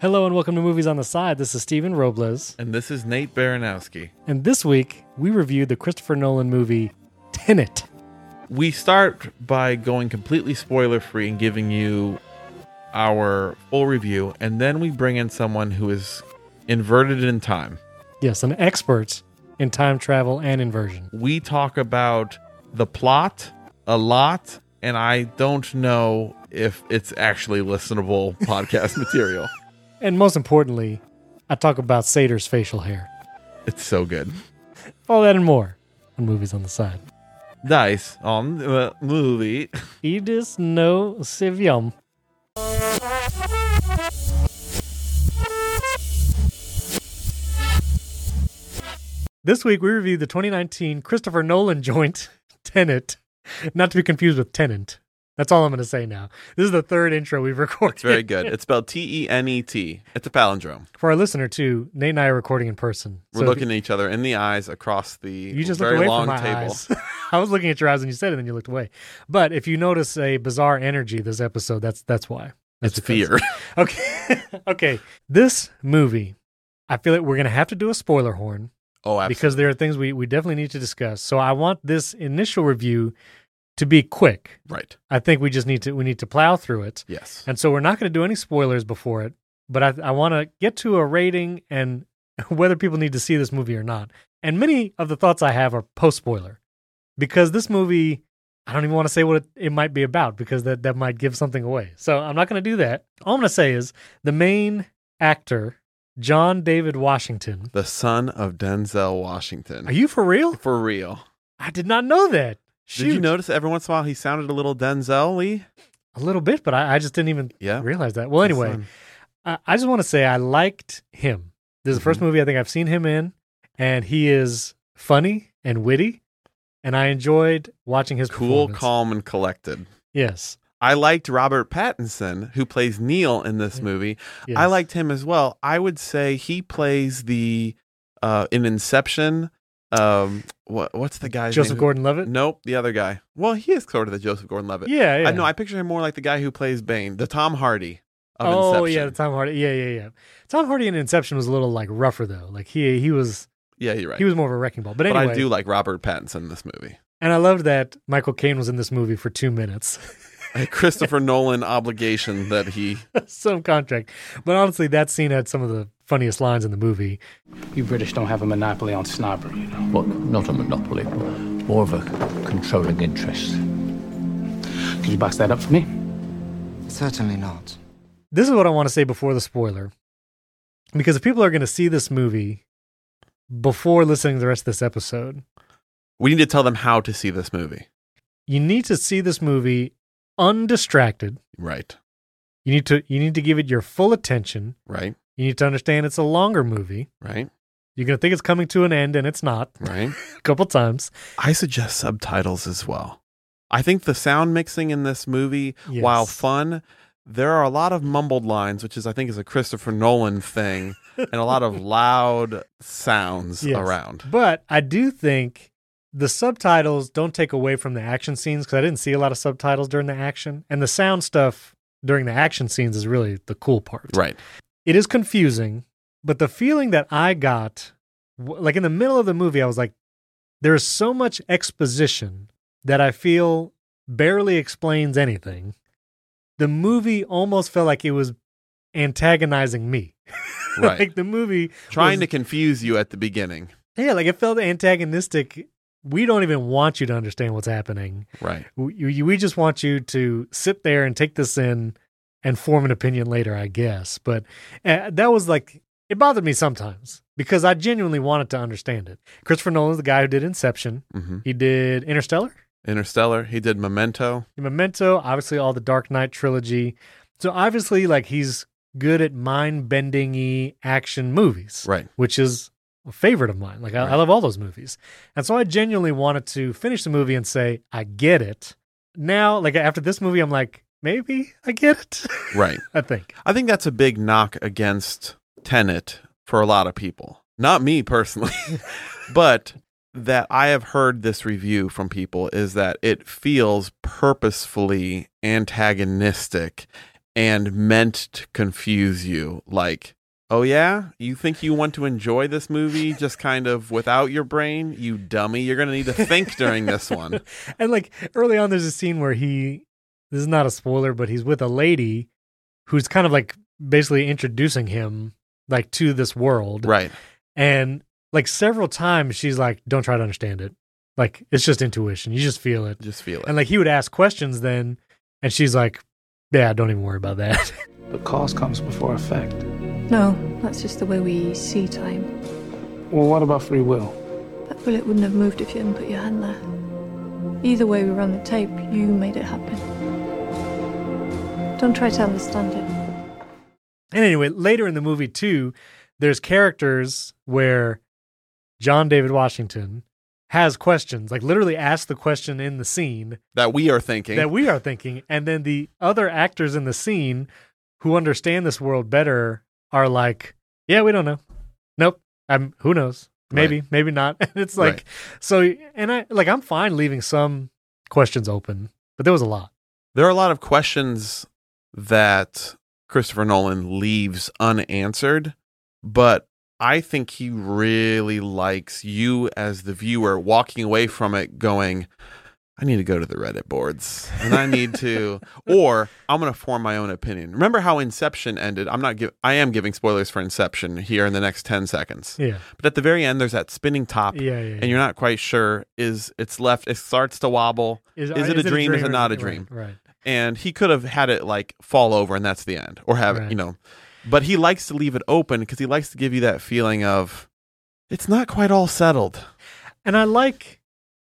Hello and welcome to Movies on the Side. This is Steven Robles. And this is Nate Baranowski. And this week, we reviewed the Christopher Nolan movie Tenet. We start by going completely spoiler free and giving you our full review, and then we bring in someone who is inverted in time. Yes, an expert in time travel and inversion. We talk about the plot a lot, and I don't know if it's actually listenable podcast material. And most importantly, I talk about Sater's facial hair. It's so good. All that and more on Movies on the Side. Dice on the movie. Edis no civium. This week we reviewed the 2019 Christopher Nolan joint, Tenet. Not to be confused with Tenant. That's all I'm going to say now. This is the third intro we've recorded. It's very good. It's spelled T E N E T. It's a palindrome. For our listener too, Nate and I are recording in person. We're So if looking at each other in the eyes across the you, you just very looked away long from my table. eyes. I was looking at your eyes and you said it, and then you looked away. But if you notice a bizarre energy this episode, that's that's why. That's It's because- fear. Okay. okay. This movie, I feel like we're going to have to do a spoiler horn Oh, because there are things we, we definitely need to discuss. So I want this initial review to be quick. Right. I think we just need to we need to plow through it. Yes. And so we're not going to do any spoilers before it, but I, I want to get to a rating and whether people need to see this movie or not. And many of the thoughts I have are post spoiler because this movie, I don't even want to say what it, it might be about because that, that might give something away. So I'm not going to do that. All I'm going to say is the main actor, John David Washington. The son of Denzel Washington. Are you for real? for real? I did not know that. Did you Shoot. notice every once in a while he sounded a little Denzel Lee? A little bit, but I, I just didn't even Yeah. realize that. Well, The anyway, son. I, Uh, I just want to say I liked him. This is the first Mm-hmm. movie I think I've seen him in, and he is funny and witty, and I enjoyed watching his cool, performance. calm, and collected. Yes, I liked Robert Pattinson, who plays Neil in this movie. yes. I liked him as well. I would say he plays the uh in Inception. Um, what what's the guy's Joseph name? Gordon-Levitt. Nope, the other guy. Well, he is sort of the Joseph Gordon-Levitt. yeah, yeah. I know. I picture him more like the guy who plays Bane, the Tom Hardy of oh Inception. yeah, the Tom Hardy. Yeah, yeah, yeah. Tom Hardy in Inception was a little like rougher though. Like he he was yeah, you're right. he was more of a wrecking ball. But anyway, but I do like Robert Pattinson in this movie. and I loved that Michael Caine was in this movie for two minutes. A Christopher Nolan obligation that he. some contract. But honestly, that scene had some of the funniest lines in the movie. You British don't have a monopoly on snobbery, you know. Look, not a monopoly, more of a controlling interest. Could you box that up for me? Certainly not. this is what I want to say before the spoiler. Because if people are going to see this movie before listening to the rest of this episode, We need to tell them how to see this movie. you need to see this movie undistracted. Right. You need to you need to give it your full attention. Right. You need to understand it's a longer movie. Right. You're going to think it's coming to an end and it's not Right. a couple times. I suggest subtitles as well. I think the sound mixing in this movie, Yes. while fun, there are a lot of mumbled lines, which is I think is a Christopher Nolan thing, and a lot of loud sounds Yes. around. But I do think the subtitles don't take away from the action scenes because I didn't see a lot of subtitles during the action. And the sound stuff during the action scenes is really the cool part. Right. it is confusing, but the feeling that I got, w- like in the middle of the movie, I was like, there is so much exposition that I feel barely explains anything. The movie almost felt like it was antagonizing me. Right. like the movie was- Trying to confuse you at the beginning. yeah, like it felt antagonistic. We don't even want you to understand what's happening. Right. We, you- we just want you to sit there and take this in and form an opinion later, I guess. But uh, that was like, it bothered me sometimes because I genuinely wanted to understand it. Christopher Nolan's the guy who did Inception. hmm He did Interstellar, Interstellar. He did Memento. Memento, obviously all the Dark Knight trilogy. So obviously, like he's good at mind bending y action movies Right. which is a favorite of mine. Like I, I Right. love all those movies, and so I genuinely wanted to finish the movie and say I get it. Now, like after this movie, I'm like maybe I get it. Right. I think I think that's a big knock against Tenet for a lot of people. Not me personally, but that I have heard this review from people is that it feels purposefully antagonistic and meant to confuse you. Like, oh yeah, you think you want to enjoy this movie just kind of without your brain? You dummy, you're going to need to think during this one. and like early on, there's a scene where he, this is not a spoiler, but he's with a lady who's kind of like basically introducing him like to this world. Right. And like several times she's like, don't try to understand it. Like it's just intuition. You just feel it. Just feel it. And like he would ask questions then, and she's like, yeah, don't even worry about that. But cause comes before effect. No, that's just the way we see time. Well, what about free will? That bullet wouldn't have moved if you hadn't put your hand there. Either way we run the tape, you made it happen. Don't try to understand it. And anyway, later in the movie too, there's characters where John David Washington has questions, like literally asks the question in the scene that we are thinking. that we are thinking, and then the other actors in the scene who understand this world better are like, "Yeah, we don't know. Nope. I'm. Who knows? Maybe. Maybe not." And it's like, Right. so, and I like I'm fine leaving some questions open, but there was a lot. there are a lot of questions that Christopher Nolan leaves unanswered, but I think he really likes you as the viewer walking away from it going, I need to go to the Reddit boards and I need to, or I'm going to form my own opinion. Remember how Inception ended? I'm not, give, I am giving spoilers for Inception here in the next 10 seconds. Yeah. But at the very end, there's that spinning top. Yeah. Yeah. And you're not quite sure is it's left, it starts to wobble. is it a dream, is it or not a right, dream? Right. and he could have had it like fall over and that's the end or have it Right. you know but he likes to leave it open because he likes to give you that feeling of it's not quite all settled And I like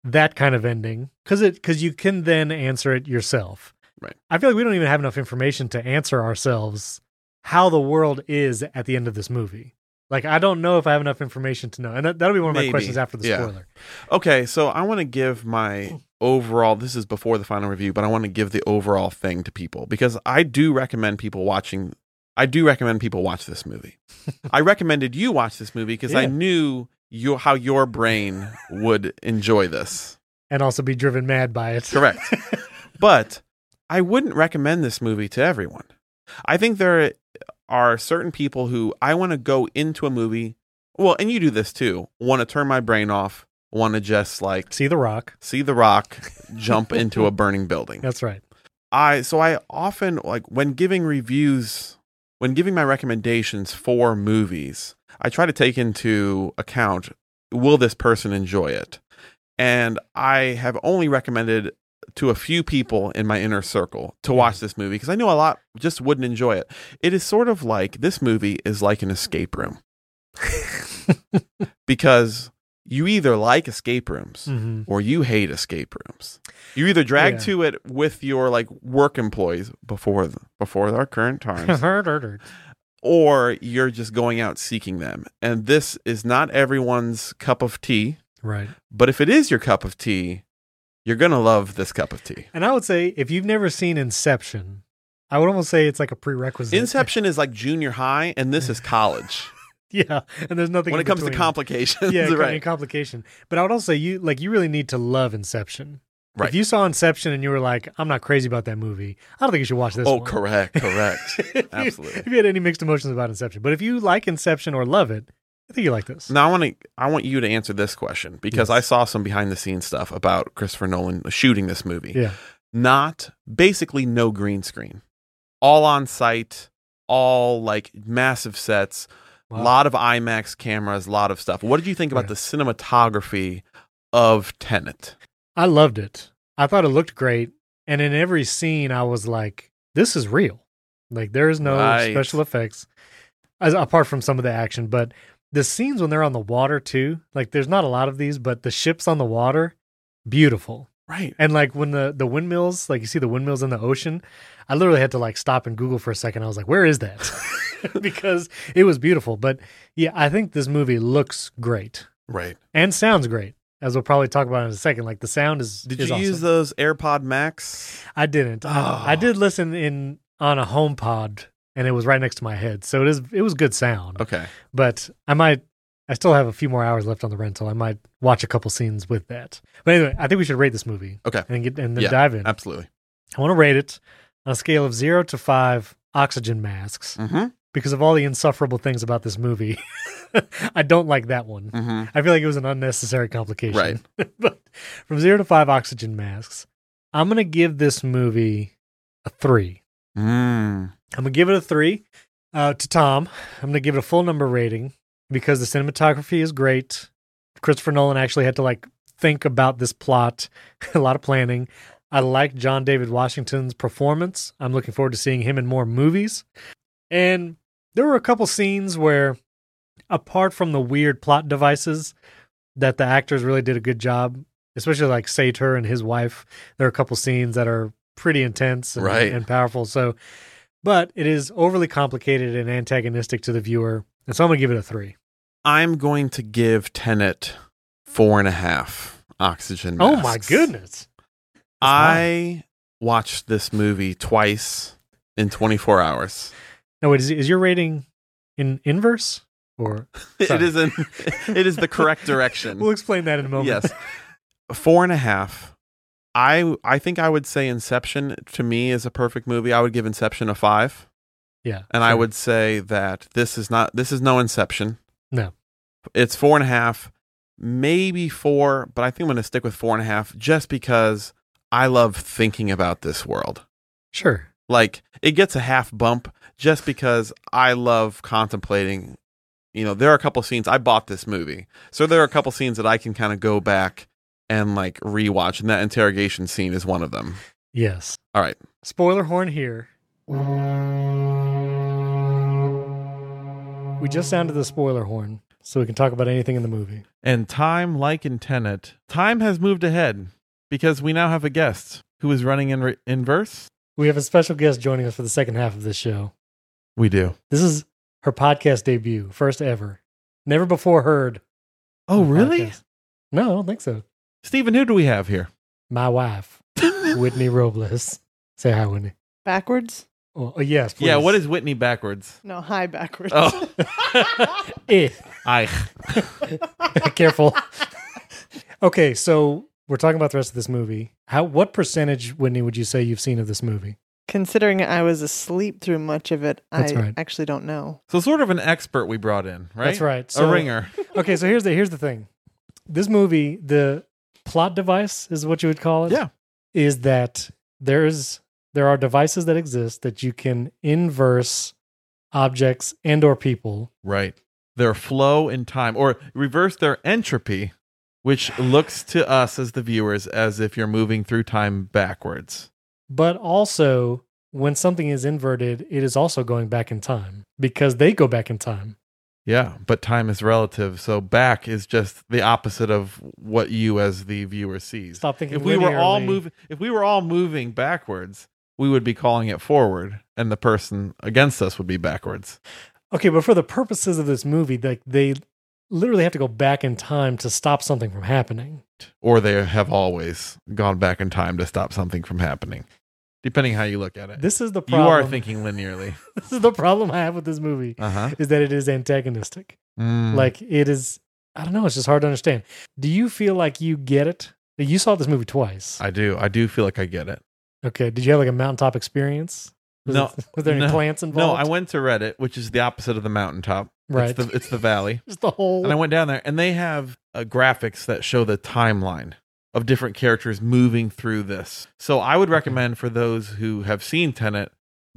that kind of ending because it because you can then answer it yourself. Right. I feel like we don't even have enough information to answer ourselves how the world is at the end of this movie. Like I don't know if I have enough information to know, and that, that'll be one of Maybe. my questions after the Yeah. spoiler. okay so i want to give my overall this is before the final review but i want to give the overall thing to people because i do recommend people watching i do recommend people watch this movie i recommended you watch this movie because i Yeah. knew you how your brain would enjoy this And also be driven mad by it. Correct. but I wouldn't recommend this movie to everyone. I think there are certain people who I want to go into a movie. Well, and you do this too. Want to turn my brain off. Want to just like See the rock. see the rock jump into a burning building. That's right. I so I often like when giving reviews, when giving my recommendations for movies, I try to take into account will this person enjoy it? And I have only recommended to a few people in my inner circle to watch this movie because I know a lot just wouldn't enjoy it. It is sort of like this movie is like an escape room because you either like escape rooms hmm or you hate escape rooms. You either drag Yeah. to it with your like work employees before the, before our current times, or you're just going out seeking them. And this is not everyone's cup of tea, right. but if it is your cup of tea, you're gonna love this cup of tea. And I would say if you've never seen Inception, I would almost say it's like a prerequisite. Inception is like junior high, and this is college yeah. And there's nothing when in it comes to between. complications. yeah, kind of right? complication. But I would also say you like you really need to love Inception. Right. If you saw Inception and you were like, I'm not crazy about that movie, I don't think you should watch this. Oh, one." correct, correct. If you- Absolutely. If you had any mixed emotions about Inception, but if you like Inception or love it, I think you like this. Now I want to I want you to answer this question because I saw some behind the scenes stuff about Christopher Nolan shooting this movie. Yeah. Not basically no green screen. All on site, all like massive sets, a Wow. lot of IMAX cameras, a lot of stuff. What did you think about Right. the cinematography of Tenet? I loved it. I thought it looked great, and in every scene, I was like, "This is real." Like there is no Right. special effects, as, apart from some of the action. But the scenes when they're on the water too, like there's not a lot of these, but the ships on the water, beautiful. Right. And like when the the windmills, like you see the windmills in the ocean, I literally had to like stop and Google for a second. I was like, "Where is that?" because it was beautiful. But yeah, I think this movie looks great Right. and sounds great, as we'll probably talk about in a second. Like the sound is. Did is you use awesome. those AirPod Max? I didn't. Oh. I did listen in on a home pod and it was right next to my head. So it is it was good sound. Okay. But I might I still have a few more hours left on the rental. I might watch a couple scenes with that. But anyway, I think we should rate this movie Okay. and get and then Yeah, dive in. Absolutely. I want to rate it. on a scale of zero to five oxygen masks Mm-hmm. because of all the insufferable things about this movie. I don't like that one. Mm-hmm. I feel like it was an unnecessary complication. Right. but from zero to five oxygen masks, I'm going to give this movie a three. Mm. I'm gonna give it a three uh, to Tom. I'm gonna give it a full number rating because the cinematography is great. Christopher Nolan actually had to like think about this plot, a lot of planning. I like John David Washington's performance. I'm looking forward to seeing him in more movies. And there were a couple scenes where, apart from the weird plot devices, that the actors really did a good job, especially like Sator and his wife. There are a couple scenes that are pretty intense and, Right. and powerful. So, but it is overly complicated and antagonistic to the viewer. And so I'm going to give it a three. I'm going to give Tenet four and a half oxygen Oh my masks. goodness. I watched this movie twice in 24 hours. Now, wait, is, is your rating in inverse or? It Sorry. is in, it is the correct direction. We'll explain that in a moment. yes, four and a half. I I think I would say Inception to me is a perfect movie. I would give Inception a five, Yeah. and I sure. would say that this is not this is no Inception. No. it's four and a half, maybe four, but I think I'm going to stick with four and a half just because I love thinking about this world. Sure. like it gets a half bump just because I love contemplating. You know, there are a couple scenes I bought this movie, so there are a couple scenes that I can kind of go back and like rewatch, and that interrogation scene is one of them. Yes. All right, Spoiler horn here. We just sounded the spoiler horn so we can talk about anything in the movie. and time, like in Tenet, time has moved ahead because we now have a guest who is running in re- inverse. We have a special guest joining us for the second half of this show. We do. This is her podcast debut, first ever. Never before heard. Oh, on a really? podcast. No, I don't think so. Stephen, who do we have here? My wife, Whitney Robles. Say hi, Whitney. Backwards? Oh, oh, yes. Please. Yeah, what is Whitney backwards? No, high backwards. Oh, Eh. I. Careful. Okay, so we're talking about the rest of this movie. How? What percentage, Whitney, would you say you've seen of this movie? Considering I was asleep through much of it, That's I right. actually don't know. So sort of an expert we brought in, right? That's right. a So- ringer. Okay, so here's the here's the thing. This movie, the plot device is what you would call it. Yeah. Is that there's there are devices that exist that you can inverse objects and or people. Right. Their flow in time or reverse their entropy, which looks to us as the viewers as if you're moving through time backwards. But also, when something is inverted, it is also going back in time because they go back in time. Yeah, but time is relative. So back is just the opposite of what you as the viewer sees. Stop thinking. If we were all linearly. moving if we were all moving backwards, we would be calling it forward and the person against us would be backwards. Okay, but for the purposes of this movie, like they literally have to go back in time to stop something from happening. Or they have always gone back in time to stop something from happening. Depending how you look at it. This is the you problem. are thinking linearly. this is the problem I have with this movie Uh-huh. Hmm. Mm, is that it is antagonistic. Like it is I don't know, it's just hard to understand. Do you feel like you get it? You saw this movie twice. I do. I do feel like I get it. okay. Did you have like a mountaintop experience? Was No, it- was there any no, plants No, involved? I went to Reddit, which is the opposite of the mountaintop. Right. It's the, it's the valley. just the whole and I went down there, and they have uh, graphics that show the timeline of different characters moving through this. So I would recommend for those who have seen Tenet,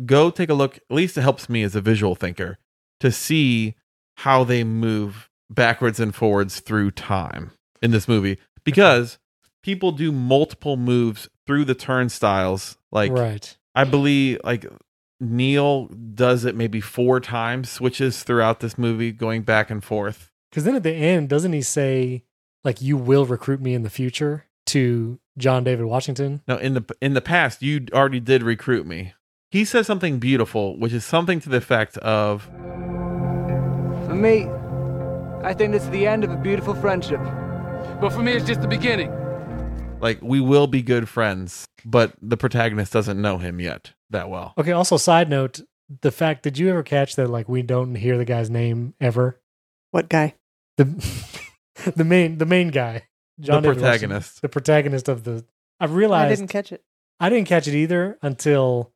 go take a look. At least it helps me as a visual thinker to see how they move backwards and forwards through time in this movie because people do multiple moves through the turnstiles like Right. I believe like Neil does it maybe four times, switches throughout this movie, going back and forth. Because then at the end, doesn't he say like you will recruit me in the future to John David Washington? Now in the in the past, you already did recruit me. He says something beautiful, which is something to the effect of For me, I think it's the end of a beautiful friendship. But for me, it's just the beginning. like we will be good friends, but the protagonist doesn't know him yet that well. Okay, also side note, the fact did you ever catch that like we don't hear the guy's name ever? What guy? The the main the main guy. the David Washington. protagonist. the protagonist of the. I I realized I didn't didn't, catch it. catch it either until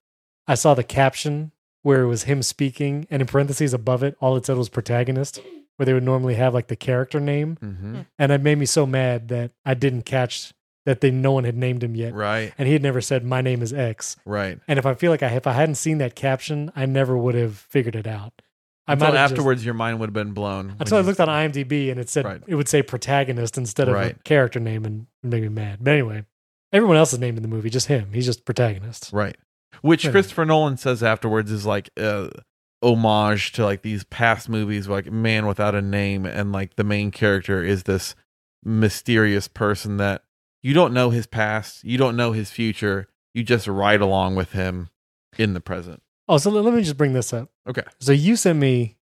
I saw the caption where it was him speaking, and in parentheses above it, all it said was protagonist, where they would normally have like the character name. Mm-hmm. And it made me so mad that I didn't catch that they no one had named him yet. Right, And he had never said, My name is X. right. And if I feel like I if I hadn't seen that caption, I never would have figured it out. I Until might have just- afterwards, your mind would have been blown. until I when you- looked on IMDb and it said Right. it would say protagonist instead of a Right. character name and it made me mad. But anyway, everyone else is named in the movie, just him. He's just protagonist. Right. Which Wait a Christopher Nolan says afterwards is like uh homage to like these past movies like Man Without a Name and like the main character is this mysterious person that you don't know his past, you don't know his future, you just ride along with him in the present. Oh, so let let me just bring this up. Okay. So you sent me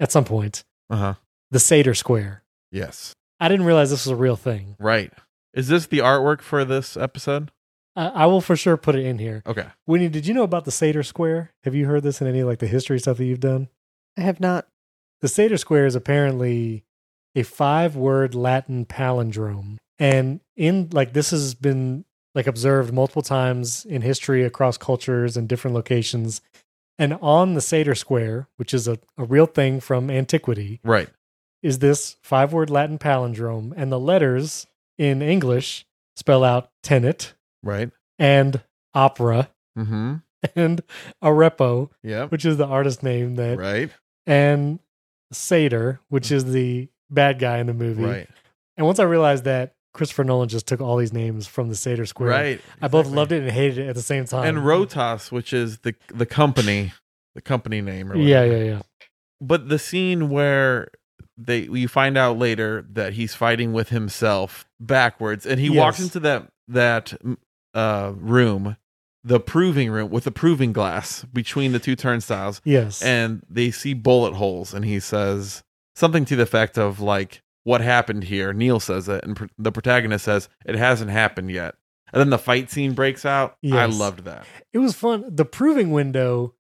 at some point Uh-huh. the Seder Square. Yes. I didn't realize this was a real thing. Right. Is this the artwork for this episode? I, I will for sure put it in here. Okay. Winnie, did you know about the Seder Square? Have you heard this in any like the history stuff that you've done? I have not. The Seder Square is apparently a five word Latin palindrome. And in like this has been like observed multiple times in history across cultures and different locations. And on the Seder Square, which is a, a real thing from antiquity, Right. is this five word Latin palindrome. And the letters in English spell out tenet Right. and opera Mm-hmm. and arepo, Yep. which is the artist name that Right. Mm-hmm. and Seder, which is the bad guy in the movie. Right. And once I realized that Christopher Nolan just took all these names from the Seder Square, Right. I both Exactly. loved it and hated it at the same time. and Rotas, which is the the company, the company name. Or Yeah, whatever. yeah, yeah. But the scene where they you find out later that he's fighting with himself backwards, and he walks Yes. into that that uh, room, the proving room with the proving glass between the two turnstiles, Yes. and they see bullet holes, and he says something to the effect of like. What happened here? Neil says it, and pr- the protagonist says it hasn't happened yet. And then the fight scene breaks out. I Yes. loved that. it was fun. The proving window,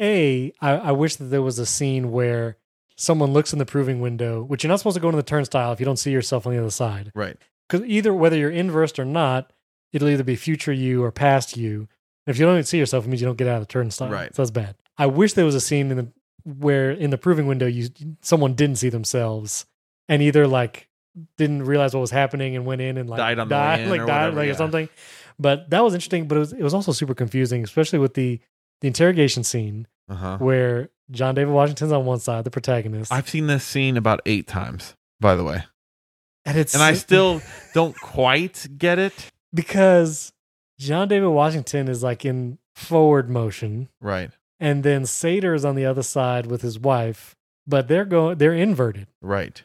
A, I, I wish that there was a scene where someone looks in the proving window, which you're not supposed to go into the turnstile if you don't see yourself on the other side. Right. Because either whether you're inversed or not, it'll either be future you or past you. And if you don't see yourself, it means you don't get out of the turnstile. Right. So that's bad. I wish there was a scene in the where in the proving window you someone didn't see themselves and either like didn't realize what was happening and went in and like Died on the way in like or died whatever, like yeah. or something. But that was interesting, but it was it was also super confusing, especially with the the interrogation scene Uh huh. where John David Washington's on one side, the protagonist. I've seen this scene about eight times, by the way, and it's and I still don't quite get it. because John David Washington is like in forward motion, Right, and then Sater is on the other side with his wife, but they're going they're inverted. right,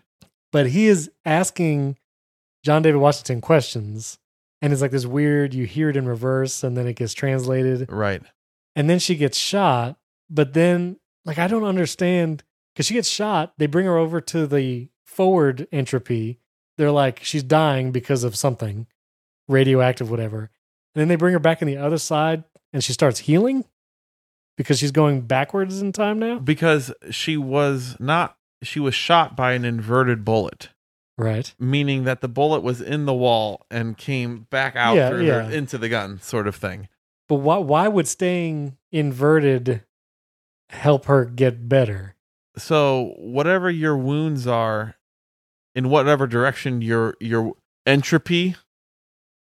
But he is asking John David Washington questions, and it's like this weird. You hear it in reverse, and then it gets translated, right, and then she gets shot. But then, like, I don't understand because she gets shot. They bring her over to the forward entropy. They're like, she's dying because of something radioactive, whatever. And then they bring her back on the other side and she starts healing because she's going backwards in time now. because she was not. She was shot by an inverted bullet, Right. meaning that the bullet was in the wall and came back out Yeah, through yeah. her into the gun, sort of thing. But why, why would staying inverted help her get better? So whatever your wounds are, in whatever direction your your entropy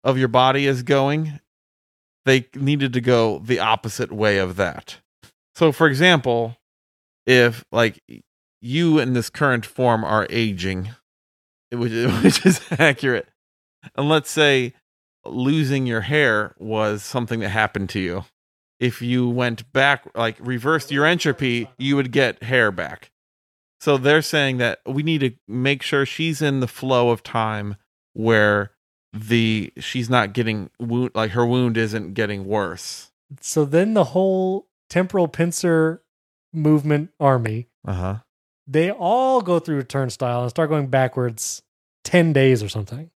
of your body is going, they needed to go the opposite way of that. So for example, if like you in this current form are aging, which is, which is accurate, and let's say losing your hair was something that happened to you if you went back like reversed your entropy you would get hair back so they're saying that we need to make sure she's in the flow of time where the she's not getting wound like her wound isn't getting worse So then the whole temporal pincer movement army uh-huh they all go through a turnstile and start going backwards 10 days or something.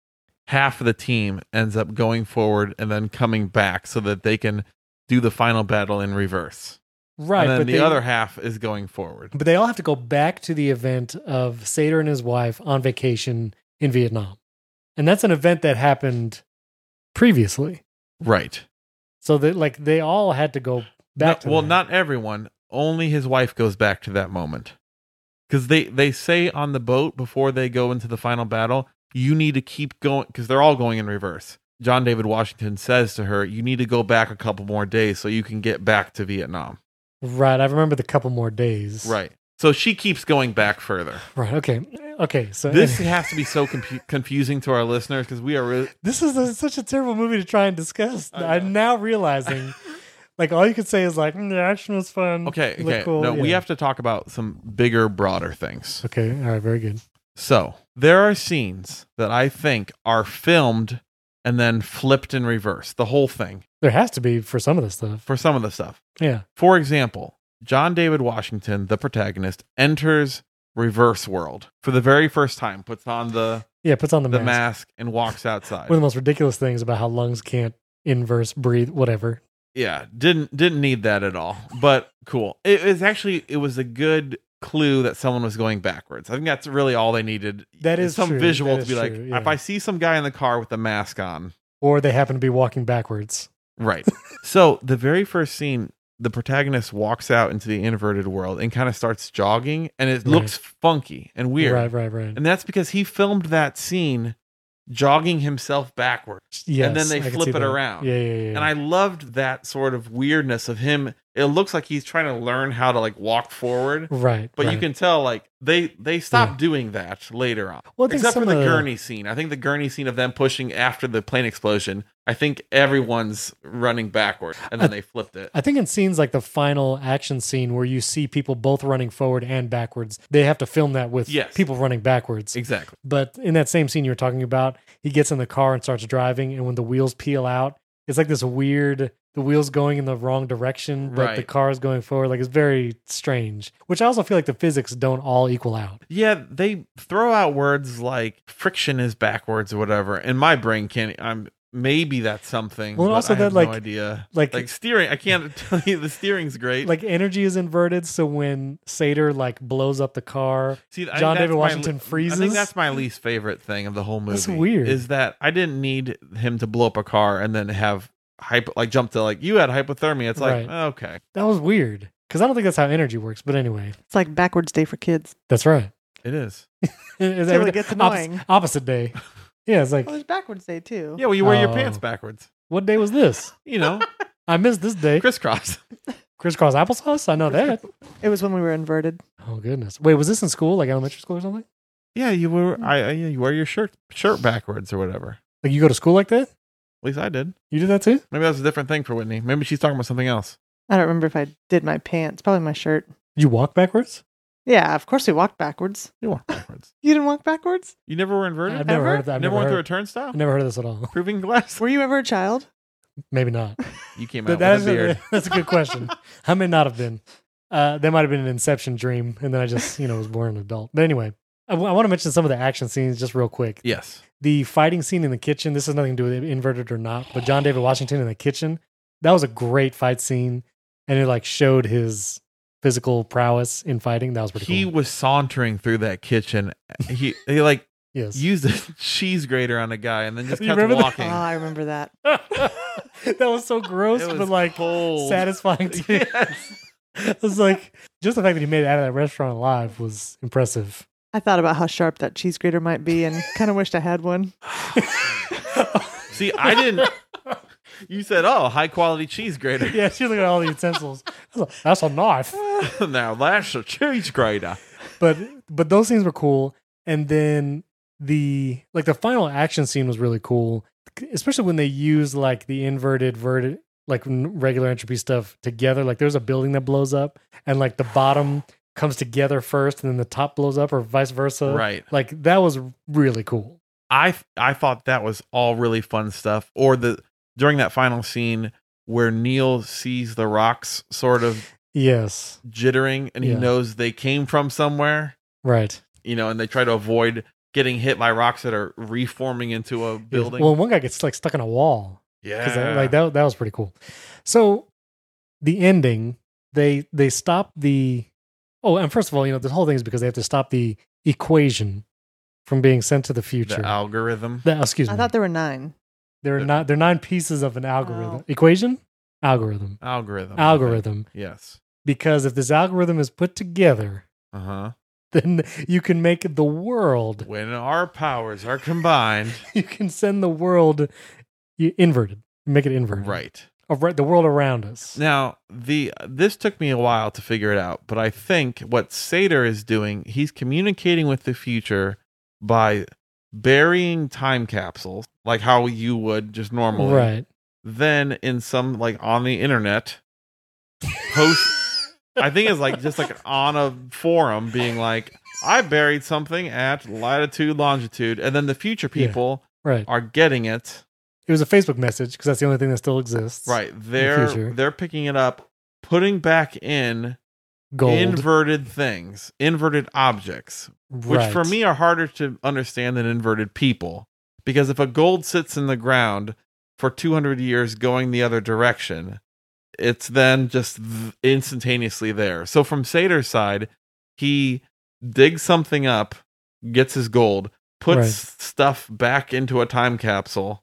half of the team ends up going forward and then coming back so that they can do the final battle in reverse Right. and then but the they, other half is going forward But they all have to go back to the event of Sater and his wife on vacation in Vietnam. And that's an event that happened previously. right So that like they all had to go back No, to well, that. not everyone. Only his wife goes back to that moment. Because they, they say on the boat before they go into the final battle, you need to keep going, because they're all going in reverse. John David Washington says to her, you need to go back a couple more days so you can get back to Vietnam. right. I remember the couple more days. Right. So she keeps going back further. Right. Okay. Okay. So This has to be so confu- confusing to our listeners because we are really. this is a, such a terrible movie to try and discuss. I know. I'm now realizing, like, all you could say is like, mm, the action was fun. Okay. looked Okay. cool, No, we yeah. have to talk about some bigger, broader things. Okay. All right. Very good. So there are scenes that I think are filmed and then flipped in reverse, the whole thing There has to be for some of this stuff. for some of the stuff. Yeah. For example, John David Washington, the protagonist, enters reverse world for the very first time, puts on the, Yeah. Puts on the, the mask. mask and walks outside. One of the most ridiculous things about how lungs can't inverse breathe, whatever. yeah didn't didn't need that at all but cool it was actually it was a good clue that someone was going backwards i think that's really all they needed That is some true. visual That to is be like true, yeah. if i see some guy in the car with a mask on Or they happen to be walking backwards. right so the very first scene the protagonist walks out into the inverted world and kind of starts jogging and it Right. looks funky and weird Right. Right. Right. and that's because he filmed that scene jogging himself backwards Yes, and then they I can flip see it that. around. Yeah, yeah, yeah. and I loved that sort of weirdness of him. It looks like he's trying to learn how to like walk forward, right, but you right. can tell like they they stopped doing that later on. Well, I think Except for some the of the- gurney scene. I think the gurney scene of them pushing after the plane explosion. I think everyone's running backward, and then I- they flipped it. I think in scenes like the final action scene where you see people both running forward and backwards, they have to film that with Yes. people running backwards. exactly. But in that same scene you were talking about, he gets in the car and starts driving, and when the wheels peel out, it's like this weird the wheels going in the wrong direction, but the Right. car is going forward. Like it's very strange. Which I also feel like the physics don't all equal out. Yeah, they throw out words like friction is backwards or whatever, and my brain can't. I'm maybe that's something. Well, but also I that, have like- no idea. like- like steering. I can't tell you the steering's great. Like energy is inverted, so when Sater like blows up the car, See, I think John that's David my Washington le- freezes. I think that's my least favorite thing of the whole movie. That's weird. Is that I didn't need him to blow up a car and then have hypo like jump to like you had hypothermia. It's like Right. okay, That was weird. Because I don't think that's how energy works. But anyway, It's like backwards day for kids. that's right. it is. It's Till every day- it gets oppos- annoying. opposite day. Yeah, it's like, Well, there's backwards day too. Yeah, well, you wear your Oh. pants backwards. what day was this? You know, I missed this day. crisscross. Crisscross applesauce? I know that. It was when we were inverted. Oh, goodness. Wait, was this in school? Like elementary school or something? Yeah, you wear I, I yeah, you wear your shirt shirt backwards or whatever. Like you go to school like that? At least I did. You did that too? Maybe that's a different thing for Whitney. Maybe she's talking about something else. I don't remember if I did my pants. Probably my shirt. You walk backwards? Yeah, of course we walked backwards. You walk backwards. You didn't walk backwards? You never were inverted. I've never Ever? heard of that. I've never never, went through a heard, turnstile. I've never heard of this at all. Proving glass. Were you ever a child? Maybe not. You came But out that with a is beard. a, that's a good question. I may not have been. Uh, that might have been an inception dream, and then I just, you know, was born an adult. But anyway, I want to mention some of the action scenes just real quick. Yes. the fighting scene in the kitchen this has nothing to do with inverted or not but john david washington in the kitchen that was a great fight scene and it like showed his physical prowess in fighting that was pretty he cool was sauntering through that kitchen. He he like yes used a cheese grater on a guy and then just You kept remember that? walking. Ah, I remember that. that was so gross It but was like cold. satisfying too. Yes. it was like just the fact that he made it out of that restaurant alive was impressive I thought about how sharp that cheese grater might be and kind of wished I had one. See, I didn't. You said, "Oh, high quality cheese grater." yeah she's looking at all the utensils I was like, that's a knife now that's a cheese grater. but but those scenes were cool and then the like the final action scene was really cool especially when they use like the inverted verted like n- regular entropy stuff together like there's a building that blows up and like the bottom comes together first and then the top blows up or vice versa Right. like that was really cool I I thought that was all really fun stuff. Or the during that final scene where Neil sees the rocks sort of yes jittering and he Yeah. knows they came from somewhere. right you know, and they try to avoid getting hit by rocks that are reforming into a building. well one guy gets like stuck in a wall because yeah, like that that was pretty cool. So the ending, they they stop the oh, and first of all, you know, this whole thing is because they have to stop the equation from being sent to the the future. algorithm. The- excuse me. I thought there were nine. there are the- not they're nine pieces of an algorithm equation. algorithm. Algorithm. I think. Algorithm. Yes. Because if this algorithm is put together, Uh huh. then you can make the world, When our powers are combined. you can send the world i- inverted, make it inverted. right. Ar- The world around us. Now, the this took me a while to figure it out, but I think what Sator is doing, he's communicating with the future by burying time capsules like how you would just normally. Right. Then in some like on the internet post I think it's like just like on a forum being like I buried something at latitude longitude and then the future Yeah. people Right. are getting it. It was a Facebook message because that's the only thing that still exists. Right. future. They're they're picking it up, putting back in Gold. inverted things, inverted objects, which Right. for me are harder to understand than inverted people. Because if a gold sits in the ground for 200 years going the other direction, it's then just th- instantaneously there. So from Sator's side, he digs something up, gets his gold, puts Right. stuff back into a time capsule,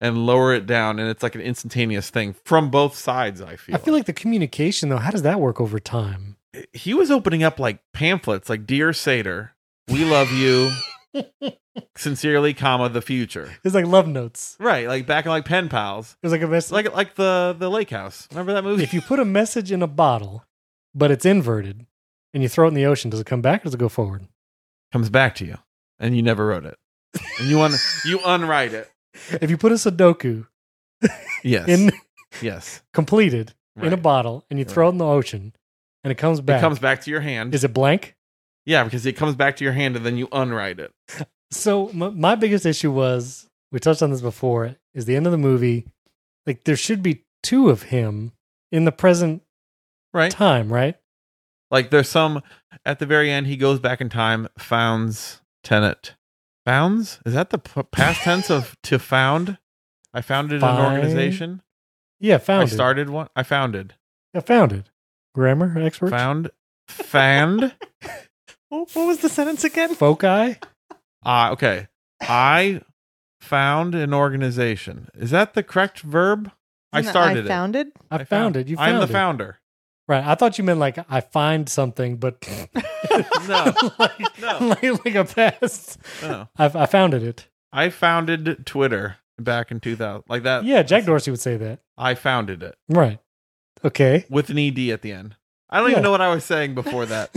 and lower it down, and it's like an instantaneous thing from both sides. I feel. I feel like the communication though, how does that work over time? he was opening up like pamphlets like dear sater we love you sincerely comma the future It's like love notes. right like back in like pen pals It was like a It's message. like like the the lake house remember that movie if you put a message in a bottle, but it's inverted, and you throw it in the ocean, does it come back or does it go forward? comes back to you and you never wrote it and you un you unwrite it If you put a Sudoku yes in yes completed in a Right. bottle and you throw it in the ocean, and it comes back, it comes back to your hand Is it blank? yeah because it comes back to your hand and then you unwrite it So m- my biggest issue was we touched on this before is the end of the movie. Like there should be two of him in the present right time, right? like there's some at the very end he goes back in time founds tenet founds is that the p- past tense of to found i founded an Fine. organization Yeah, founded. I started one. I founded. Yeah, founded. Grammar expert. Found. Fanned. What what was the sentence again? Foci. Ah, okay. I found an organization. Is that the correct verb? I Isn't that started I it. founded. I, founded. You founded. I'm the founder. Right. I thought you meant like I find something, but No. like, No. like, like a past. No. I, I founded it. I founded Twitter back in 2000. Like that. Yeah, Jack Dorsey would say that. I founded it Right. Okay. with an ed at the end. I don't Yeah. even know what I was saying before that.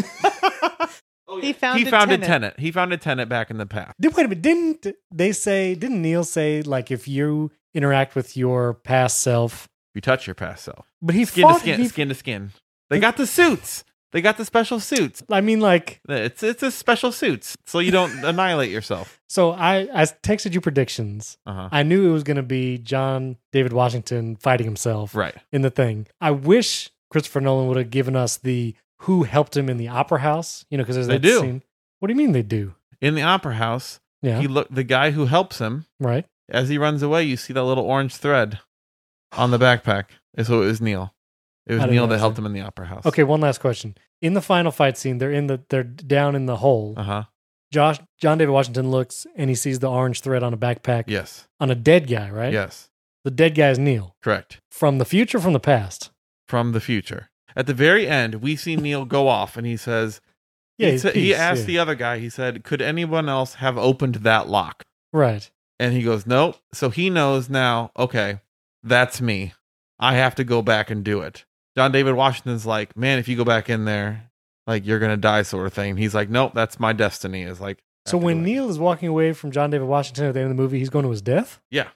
Oh, He founded he founded Tenet. Tenet. He founded Tenet back in the past. Did, wait a minute. Didn't they say? Didn't Neil say like if you interact with your past self? You touch your past self. But he Skin to fought- skin, he- skin to skin. They got the suits. They got the special suits. I mean, like It's it's a special suits, so you don't annihilate yourself. so. I I texted you predictions. Uh-huh. I knew it was going to be John David Washington fighting himself Right. in the thing. I wish Christopher Nolan would have given us the who helped him in the opera house. You know, because there's They that do. scene. What do you mean they do? In the opera house, Yeah. he look the guy who helps him right. as he runs away. You see that little orange thread on the backpack. And So it was Neil. It I was didn't Neil that notice helped that. him in the opera house. Okay. One last question. In the final fight scene, they're in the they're down in the hole. Uh huh. Josh John David Washington looks and he sees the orange thread on a backpack Yes. on a dead guy, right? Yes. The dead guy is Neil Correct. from the future, from the past. From the future. At the very end, we see Neil go off, and he says, Yeah, he, he's sa- he peace, asked yeah. the other guy. He said, "Could anyone else have opened that lock?" Right. And he goes, Nope. So he knows now, okay, that's me. I have to go back and do it. John David Washington's like, Man, if you go back in there, like you're gonna die, sort of thing. And he's like, Nope, that's my destiny. Is like So I have to go when back." Neil is walking away from John David Washington at the end of the movie, he's going to his death? Yeah.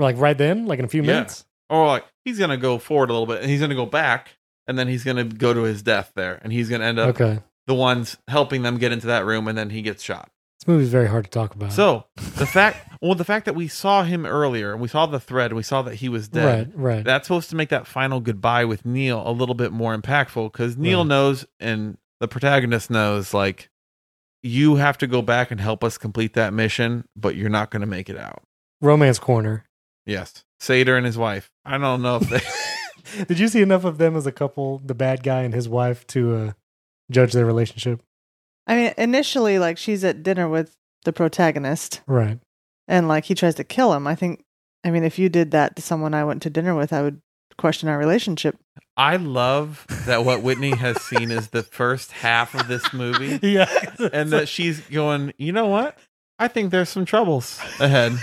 Like right then, like in a few Yeah. minutes? Or like he's gonna go forward a little bit and he's gonna go back and then he's gonna go to his death there and he's gonna end up Okay. the ones helping them get into that room and then he gets shot. This movie's very hard to talk about. So Uh-huh. the fact well, the fact that we saw him earlier and we saw the thread and we saw that he was dead. right, right. that's supposed to make that final goodbye with Neil a little bit more impactful because Neil Right. knows and the protagonist knows like you have to go back and help us complete that mission, but you're not going to make it out. Romance corner. Yes, Sater and his wife. I don't know if they. Did you see enough of them as a couple, the bad guy and his wife, to uh, judge their relationship? I mean, initially, like she's at dinner with the protagonist, Right. and like he tries to kill him. I think. I mean, if you did that to someone I went to dinner with, I would question our relationship. I love that what Whitney has seen is the first half of this movie Yeah. and that she's going, you know what? I think there's some troubles ahead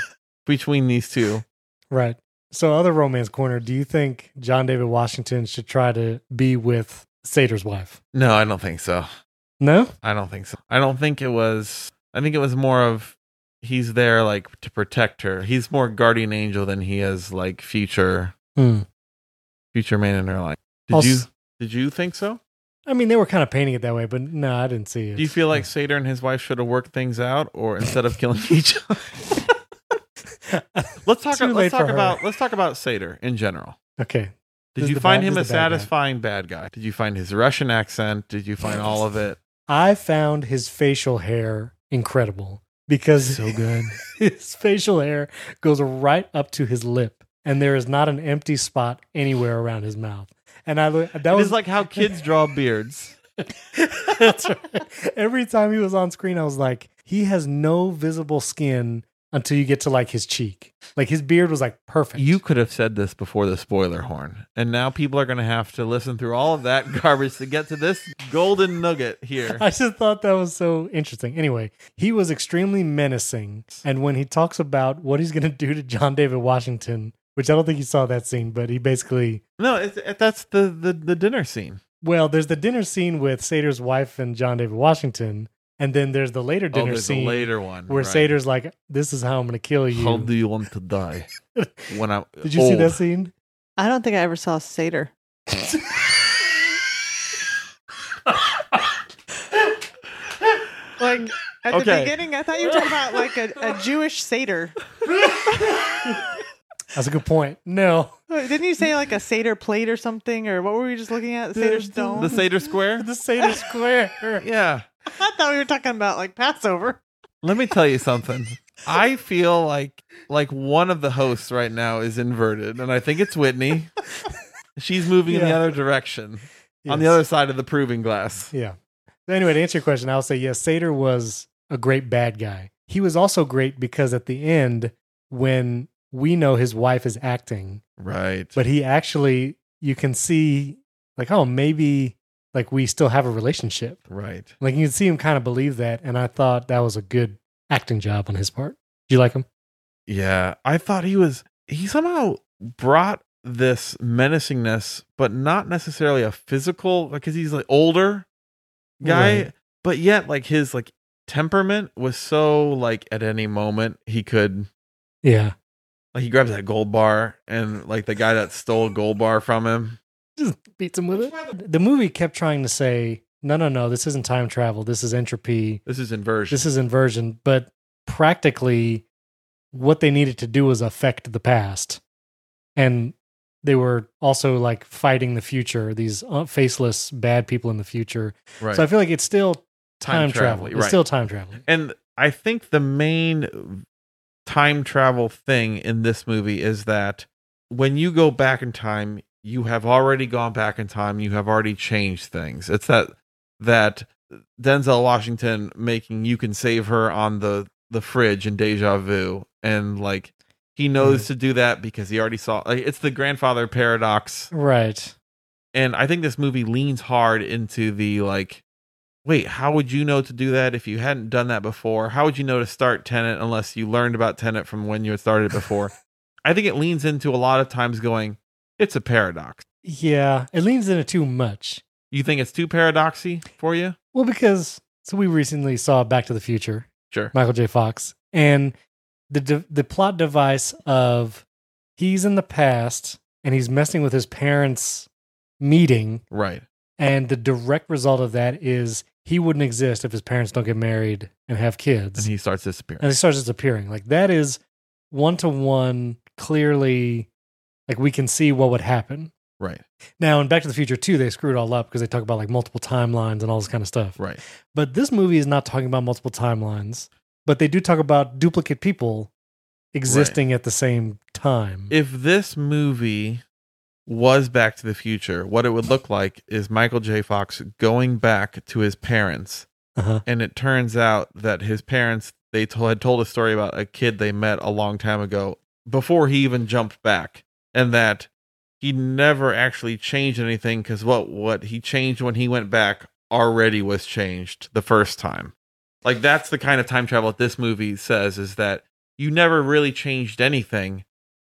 between these two. Right. So, other romance corner, do you think John David Washington should try to be with Sater's wife? No, I don't think so. No? I don't think so. I don't think it was. I think it was more of he's there like to protect her. He's more guardian angel than he is like future Hmm. future man in her life. Did Also- you did you think so? I mean, they were kind of painting it that way, but no, I didn't see it. Do you feel like Seder and his wife should have worked things out, or instead of killing each other? Let's talk. Too late Let's for talk her. about. Let's talk about Seder in general. Okay. Did This is you the find bad- him a this is the bad guy. satisfying bad guy? Did you find his Russian accent? Did you find all of it? I found his facial hair incredible because So good. his facial hair goes right up to his lip, and there is not an empty spot anywhere around his mouth. And I lo- that It was is like how kids draw beards. That's right. Every time he was on screen, I was like, he has no visible skin until you get to like his cheek. Like his beard was like perfect. You could have said this before the spoiler horn, and now people are going to have to listen through all of that garbage to get to this golden nugget here. I just thought that was so interesting. Anyway, he was extremely menacing. And when he talks about what he's going to do to John David Washington, which I don't think you saw that scene, but he basically, No, it's, it, that's the, the the dinner scene. well, there's the dinner scene with Sater's wife and John David Washington. And then there's the later oh, dinner there's scene a later one where right. Sater's like, this is how I'm going to kill you. How do you want to die? When I Oh. Did you see that scene? I don't think I ever saw Seder. like at Okay. the beginning, I thought you were talking about like a, a Jewish Seder. That's a good point. No. Wait, Didn't you say like a Seder plate or something? Or what were we just looking at? The Seder stone? The Seder Square? the Seder Square. yeah. I thought we were talking about like Passover. Let me tell you something. I feel like like one of the hosts right now is inverted, and I think it's Whitney. She's moving in the Yeah. other direction, on the Yes. other side of the proving glass. Yeah. Anyway, to answer your question, I'll say yes, Sater was a great bad guy. He was also great because at the end, when we know his wife is acting, Right. but he actually, you can see, like, oh, maybe like we still have a relationship. right. Like, you can see him kind of believe that. And I thought that was a good acting job on his part. Do you like him? Yeah, I thought he was he somehow brought this menacingness, but not necessarily a physical because he's like older guy, Right. but yet like his like temperament was so like at any moment he could Yeah. like he grabs that gold bar and like the guy that stole a gold bar from him. just beats him with it. The movie kept trying to say, no, no, no, this isn't time travel. This is entropy. This is inversion. This is inversion. But practically, what they needed to do was affect the past. And they were also like fighting the future, these uh, faceless bad people in the future. right. So I feel like it's still time, travel. travel-y, It's still time travel. And I think the main time travel thing in this movie is that when you go back in time, you have already gone back in time. You have already changed things. It's that that Denzel Washington making "You Can Save Her" on the the fridge in Deja Vu, and like he knows Right. to do that because he already saw. Like, it's the grandfather paradox Right. and I think this movie leans hard into the like, wait, how would you know to do that if you hadn't done that before? How would you know to start Tenant unless you learned about Tenant from when you had started it before? I think it leans into a lot of times going, it's a paradox. Yeah. It leans into too much. You think it's too paradoxy for you? Well, because so we recently saw Back to the Future. Sure. Michael J. Fox, and the de- the plot device of he's in the past and he's messing with his parents' meeting, Right. and the direct result of that is he wouldn't exist if his parents don't get married and have kids, And he starts disappearing. and he starts disappearing. Like that is one to one clearly. Like we can see what would happen. right. Now in Back to the Future 2, they screw it all up because they talk about like multiple timelines and all this kind of stuff. Right. But this movie is not talking about multiple timelines, but they do talk about duplicate people existing at the same time. If this movie was Back to the Future, what it would look like is Michael J. Fox going back to his parents uh-huh. and it turns out that his parents they told, had told a story about a kid they met a long time ago before he even jumped back and that he never actually changed anything because what what he changed when he went back already was changed the first time. Like that's the kind of time travel that this movie says is that you never really changed anything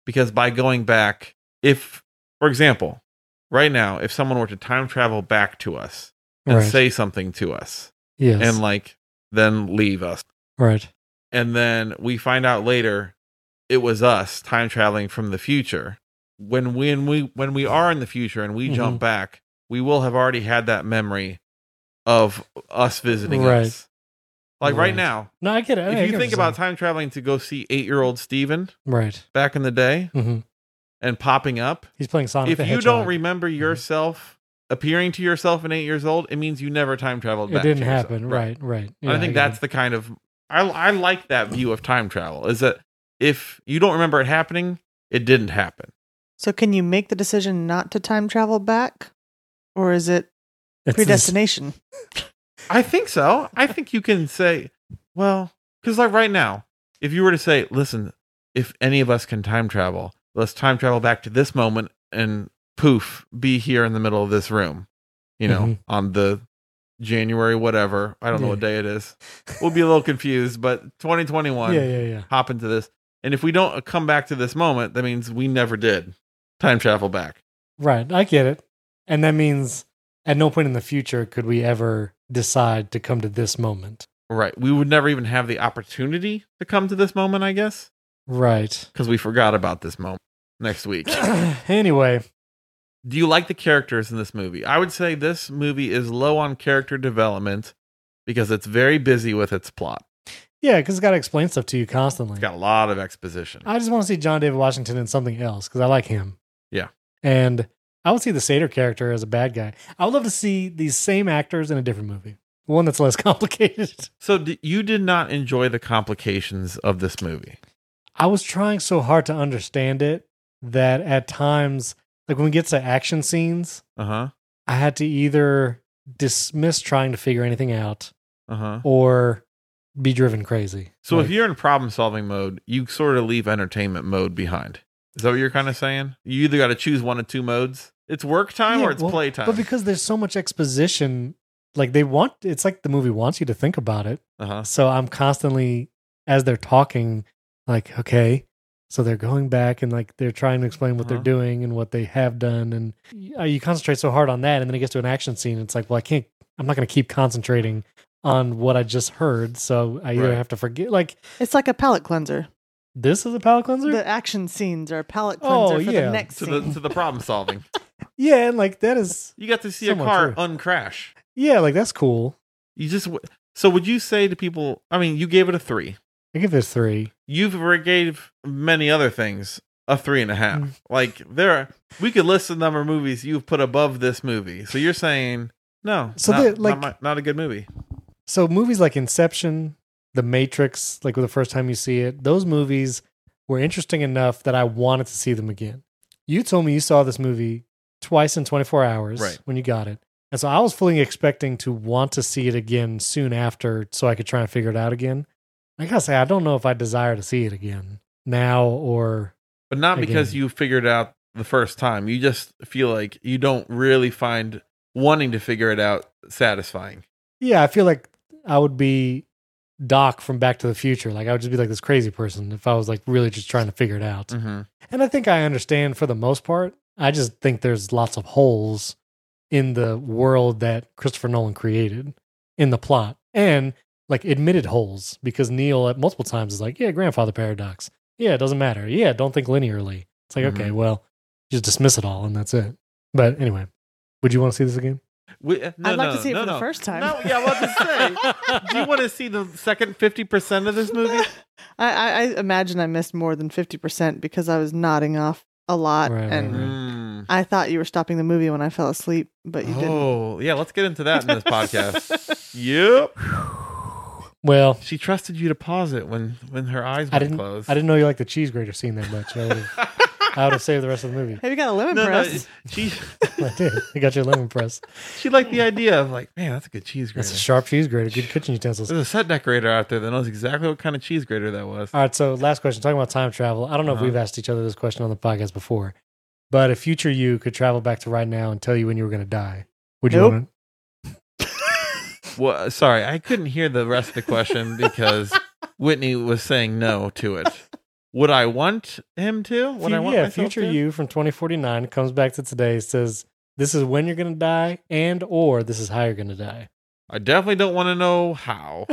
because by going back, if for example, right now, if someone were to time travel back to us and Right. say something to us yes. and like then leave us right. and then we find out later it was us time traveling from the future when we and we when we are in the future and we Mm-hmm. jump back we will have already had that memory of us visiting Right. us like right, Right. now No, I get it. I get if you what think you're about saying. time traveling to go see 8-year-old Steven right. back in the day hmm and popping up He's playing Sonic. if the you Hedgehog. Mm-hmm. don't remember yourself appearing to yourself in 8 years old it means you never time traveled it back to didn't yourself. happen. Right. Right. And I Yeah, think get that's the kind of I I like that view of time travel is that if you don't remember it happening, it didn't happen. So can you make the decision not to time travel back? Or is it it. It's- predestination? I think so. I think you can say, well, because like right now, if you were to say, listen, if any of us can time travel, let's time travel back to this moment and poof, be here in the middle of this room, you know, Mhm. on the January whatever. I don't know what Yeah. day it is. We'll be a little confused, but 2021. Yeah. Yeah. Yeah. hop into this. And if we don't come back to this moment, that means we never did time travel back. Right. I get it. And that means at no point in the future could we ever decide to come to this moment. Right. We would never even have the opportunity to come to this moment, I guess, Right. because we forgot about this moment next week. anyway, Do you like the characters in this movie? I would say this movie is low on character development because it's very busy with its plot. yeah, because it's got to explain stuff to you constantly. It's got a lot of exposition. I just want to see John David Washington in something else because I like him. Yeah. And I would see the Seder character as a bad guy. I would love to see these same actors in a different movie, one that's less complicated. So, d- you did not enjoy the complications of this movie. I was trying so hard to understand it that at times, like when we get to action scenes, Uh huh. I had to either dismiss trying to figure anything out Uh huh. or be driven crazy. So Like, if you're in problem solving mode, you sort of leave entertainment mode behind. Is that what you're kind of saying? You either got to choose one of two modes. It's work time Yeah, or it's well, play time. But because there's so much exposition, like they want, it's like the movie wants you to think about it. uh-huh. So I'm constantly, as they're talking, like, okay, so they're going back and like they're trying to explain what Uh-huh. they're doing and what they have done. And y- you concentrate so hard on that. And then it gets to an action scene. It's like, well, I can't, I'm not going to keep concentrating on what I just heard. So I either Right. have to forget, like, It's like a palate cleanser. this is a palate cleanser? The action scenes are a palate Oh, cleanser for yeah. the next to scene. the to the problem solving. yeah. And like that is, You got to see Somewhat a car true. uncrash. yeah, like that's cool. You just w- so would you say to people? I mean, you gave it a three. I give this three. You've re- gave many other things a three and a half. Mm. Like there, are, we could list the number of movies you've put above this movie. So you're saying no? So not, that, like- not, my- not a good movie. So movies like Inception, The Matrix, like the first time you see it, those movies were interesting enough that I wanted to see them again. You told me you saw this movie twice in 24 hours Right. when you got it. And so I was fully expecting to want to see it again soon after so I could try and figure it out again. I gotta say, I don't know if I desire to see it again now or but not because Again. you figured it out the first time. You just feel like you don't really find wanting to figure it out satisfying. Yeah, I feel like I would be Doc from Back to the Future. Like I would just be like this crazy person if I was like really just trying to figure it out. Mm-hmm. And I think I understand for the most part. I just think there's lots of holes in the world that Christopher Nolan created in the plot and like admitted holes because Neil at multiple times is like, yeah, grandfather paradox. Yeah, it doesn't matter. Yeah, don't think linearly. It's like, okay, well, just dismiss it all and that's it. But anyway, would you want to see this again? I'd like to see it for the first time. uh, No, yeah, I was about to say. do you want to see the second fifty percent of this movie? I, I, I imagine I missed more than 50% because I was nodding off a lot. Right, right, and right. Mm. I thought you were stopping the movie when I fell asleep, but you didn't. Oh, yeah. Let's get into that in this podcast. yep. Well, She trusted you to pause it when when her eyes were I didn't. closed. I didn't know you liked the cheese grater scene that much. I would have. I would have saved the rest of the movie. Have you got a lemon No, no, press? she I did. I got your lemon press. she liked the idea of like, man, that's a good cheese grater. That's a sharp cheese grater. Good kitchen utensils. All There's a set decorator out there that knows exactly what kind of cheese grater that was. Uh-huh. right. So last question. Talking about time travel. I don't know if we've asked each other this question on the podcast before, But if future you could travel back to right now and tell you when you were going to die, would you Nope. want Well, uh, sorry, I couldn't hear the rest of the question because Whitney was saying no to it. Would I want him to? to? Would I want yeah, myself future to? you from 2049 comes back to today, says, this is when you're going to die and or this is how you're going to die. I definitely don't want to know how.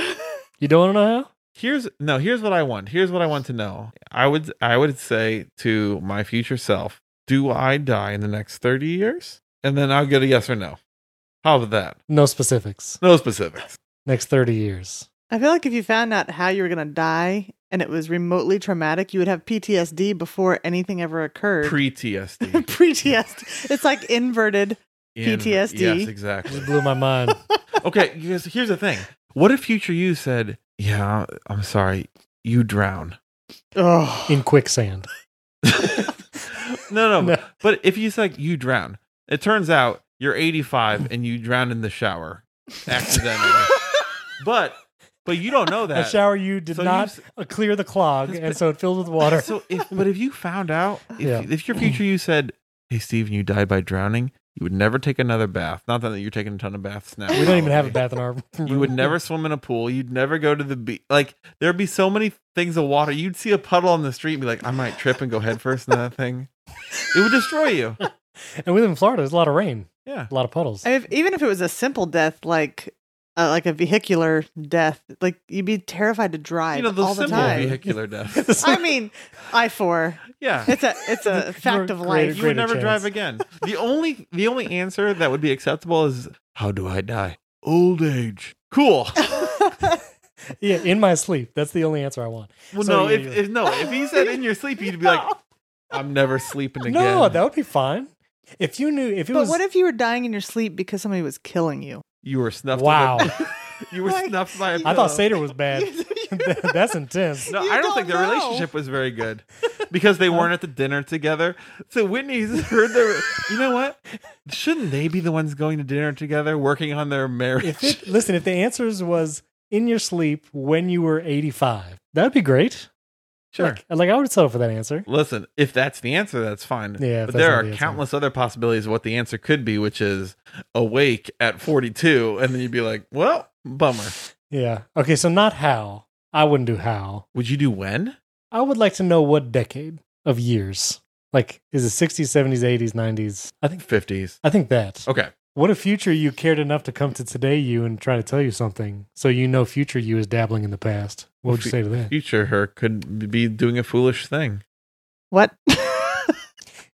You don't know how? Here's no, here's what I want. Here's what I want to know. I would I would say to my future self, do I die in the next 30 years? And then I'll get a yes or no. How about that? No specifics. No specifics. Next 30 years. I feel like if you found out how you were going to die and it was remotely traumatic, you would have PTSD before anything ever occurred. Pre TSD. PTSD. It's like inverted. PTSD. Yes, It exactly. just blew my mind. okay, here's, here's the thing. What if future you said, "Yeah, I'm sorry, you drown." Oh, in quicksand. No, no, No. But if you said you drown, it turns out you're 85 and you drown in the shower accidentally. but but you don't know A that. shower you did So you not s- uh clear the clog, That's and ba- so it filled with water. So if but if you found out if, Yeah. if your future you said, "Hey Steven, you died by drowning." You would never take another bath. Not that you're taking a ton of baths now. we don't even have a probably. bath in our room. You would never swim in a pool. You'd never go to the beach. Like there'd be so many things of water. You'd see a puddle on the street and be like, I might trip and go headfirst into that thing. It would destroy you. And we live in Florida. There's a lot of rain, Yeah. a lot of puddles. And if, even if it was a simple death, like uh, like a vehicular death, like you'd be terrified to drive You know, all those the simple time. vehicular deaths. I mean, I four. Yeah. It's a it's a fact of Great- life. you would greater never drive chance. again. The only the only answer that would be acceptable is how do I die? Old age. Cool. yeah, in my sleep. That's the only answer I want. Well, So, no, yeah, if, you're- if no, if he said in your sleep, you'd be like, I'm never sleeping again. no, that would be fine. If you knew, if it But was, what if you were dying in your sleep because somebody was killing you? you were snuffed. Wow. with a- you were Like, snuffed by a I pillow. thought Seder was bad. That- That's intense. No, You I don't, don't think their know. relationship was very good because they weren't at the dinner together. So Whitney's heard their. You know what? Shouldn't they be the ones going to dinner together, working on their marriage? If it, listen, if the answers was in your sleep when you were 85, that'd be great. sure. Like, like I would settle for that answer. Listen, if that's the answer, that's fine. Yeah, if but that's there not are the answer. countless other possibilities of what the answer could be, which is awake at 42, and then you'd be like, "Well, bummer." Yeah. Okay. So not how. I wouldn't do how. Would you do when? I would like to know what decade of years. Like, is it 60s, 70s, 80s, 90s? I think 50s. I think that. Okay. What if future you cared enough to come to today you and try to tell you something, so you know future you is dabbling in the past? What would you say to that? Future her could be doing a foolish thing. What?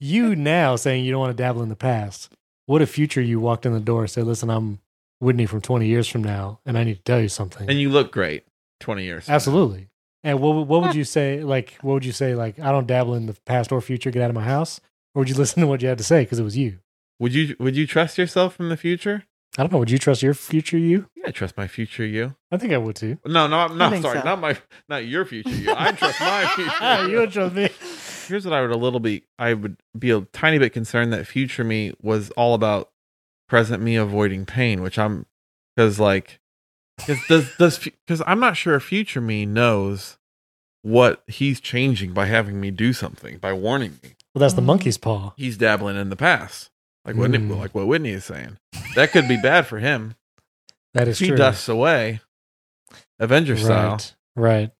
You now saying you don't want to dabble in the past. What if future you walked in the door and said, "Listen, I'm Whitney from 20 years from now, and I need to tell you something." And you look great 20 years. from now. Absolutely. And what would- what would you say? Like, what would you say? Like, I don't dabble in the past or future. Get out of my house. Or would you listen to what you had to say because it was you? Would you would you trust yourself in the future? I don't know. Would you trust your future you? Yeah, I trust my future you. I think I would too. No, no, I'm I not think sorry, so. not my not your future you. I trust my Ah, future. you would trust me. Here's what I would a little be I would be a tiny bit concerned that future me was all about present me avoiding pain, which I'm cuz like cuz does does cuz I'm not sure if future me knows what he's changing by having me do something, by warning me. Well, that's the Mm. monkey's paw. He's dabbling in the past. Like Whitney, Hmm. Mm. like what Whitney is saying. That could be bad for him. That is she true. dusts away, Avenger style. Right. Right.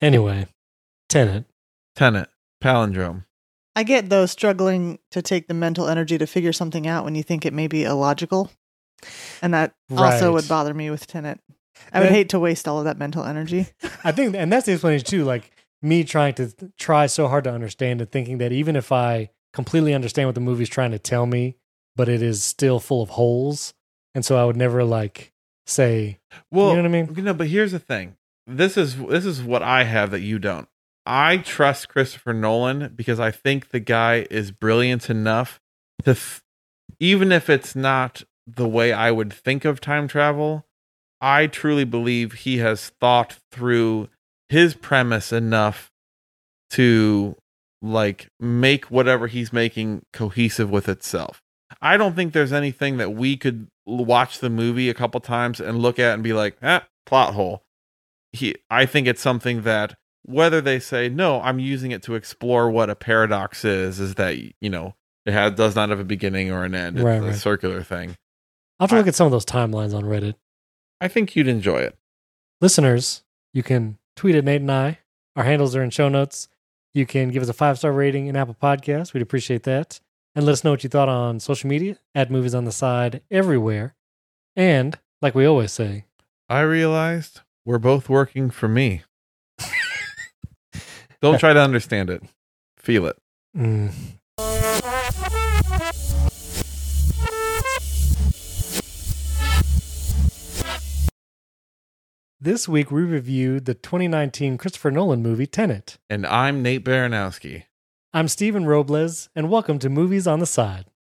Anyway, Tenet. Tenet, palindrome. I get though struggling to take the mental energy to figure something out when you think it may be illogical, and that Right. also would bother me with Tenant. I would That- hate to waste all of that mental energy. I think, and that's the explanation too. Like me trying to th- try so hard to understand it, thinking that even if I completely understand what the movie's trying to tell me, but it is still full of holes, and so I would never like say, Well, You know what I mean? No, but here's the thing. This is this is what I have that you don't. I trust Christopher Nolan because I think the guy is brilliant enough to, th- even if it's not the way I would think of time travel, I truly believe he has thought through his premise enough to like make whatever he's making cohesive with itself. I don't think there's anything that we could l- watch the movie a couple times and look at and be like, eh, plot hole. He, I think it's something that whether they say no i'm using it to explore what a paradox is is that you know it has, does not have a beginning or an end it's Right, a right. circular thing I'll have to look at some of those timelines on Reddit. i think you'd enjoy it listeners, you can tweet at Nate and I. Our handles are in show notes. You can give us a five star rating in Apple Podcasts. We'd appreciate that. And let us know what you thought on social media at Movies on the Side everywhere. And like we always say, i realized we're both working for me don't try to understand it feel it mm, this week we reviewed the 2019 Christopher Nolan movie Tenet. and i'm nate baranowski I'm Steven Robles, and welcome to Movies on the Side.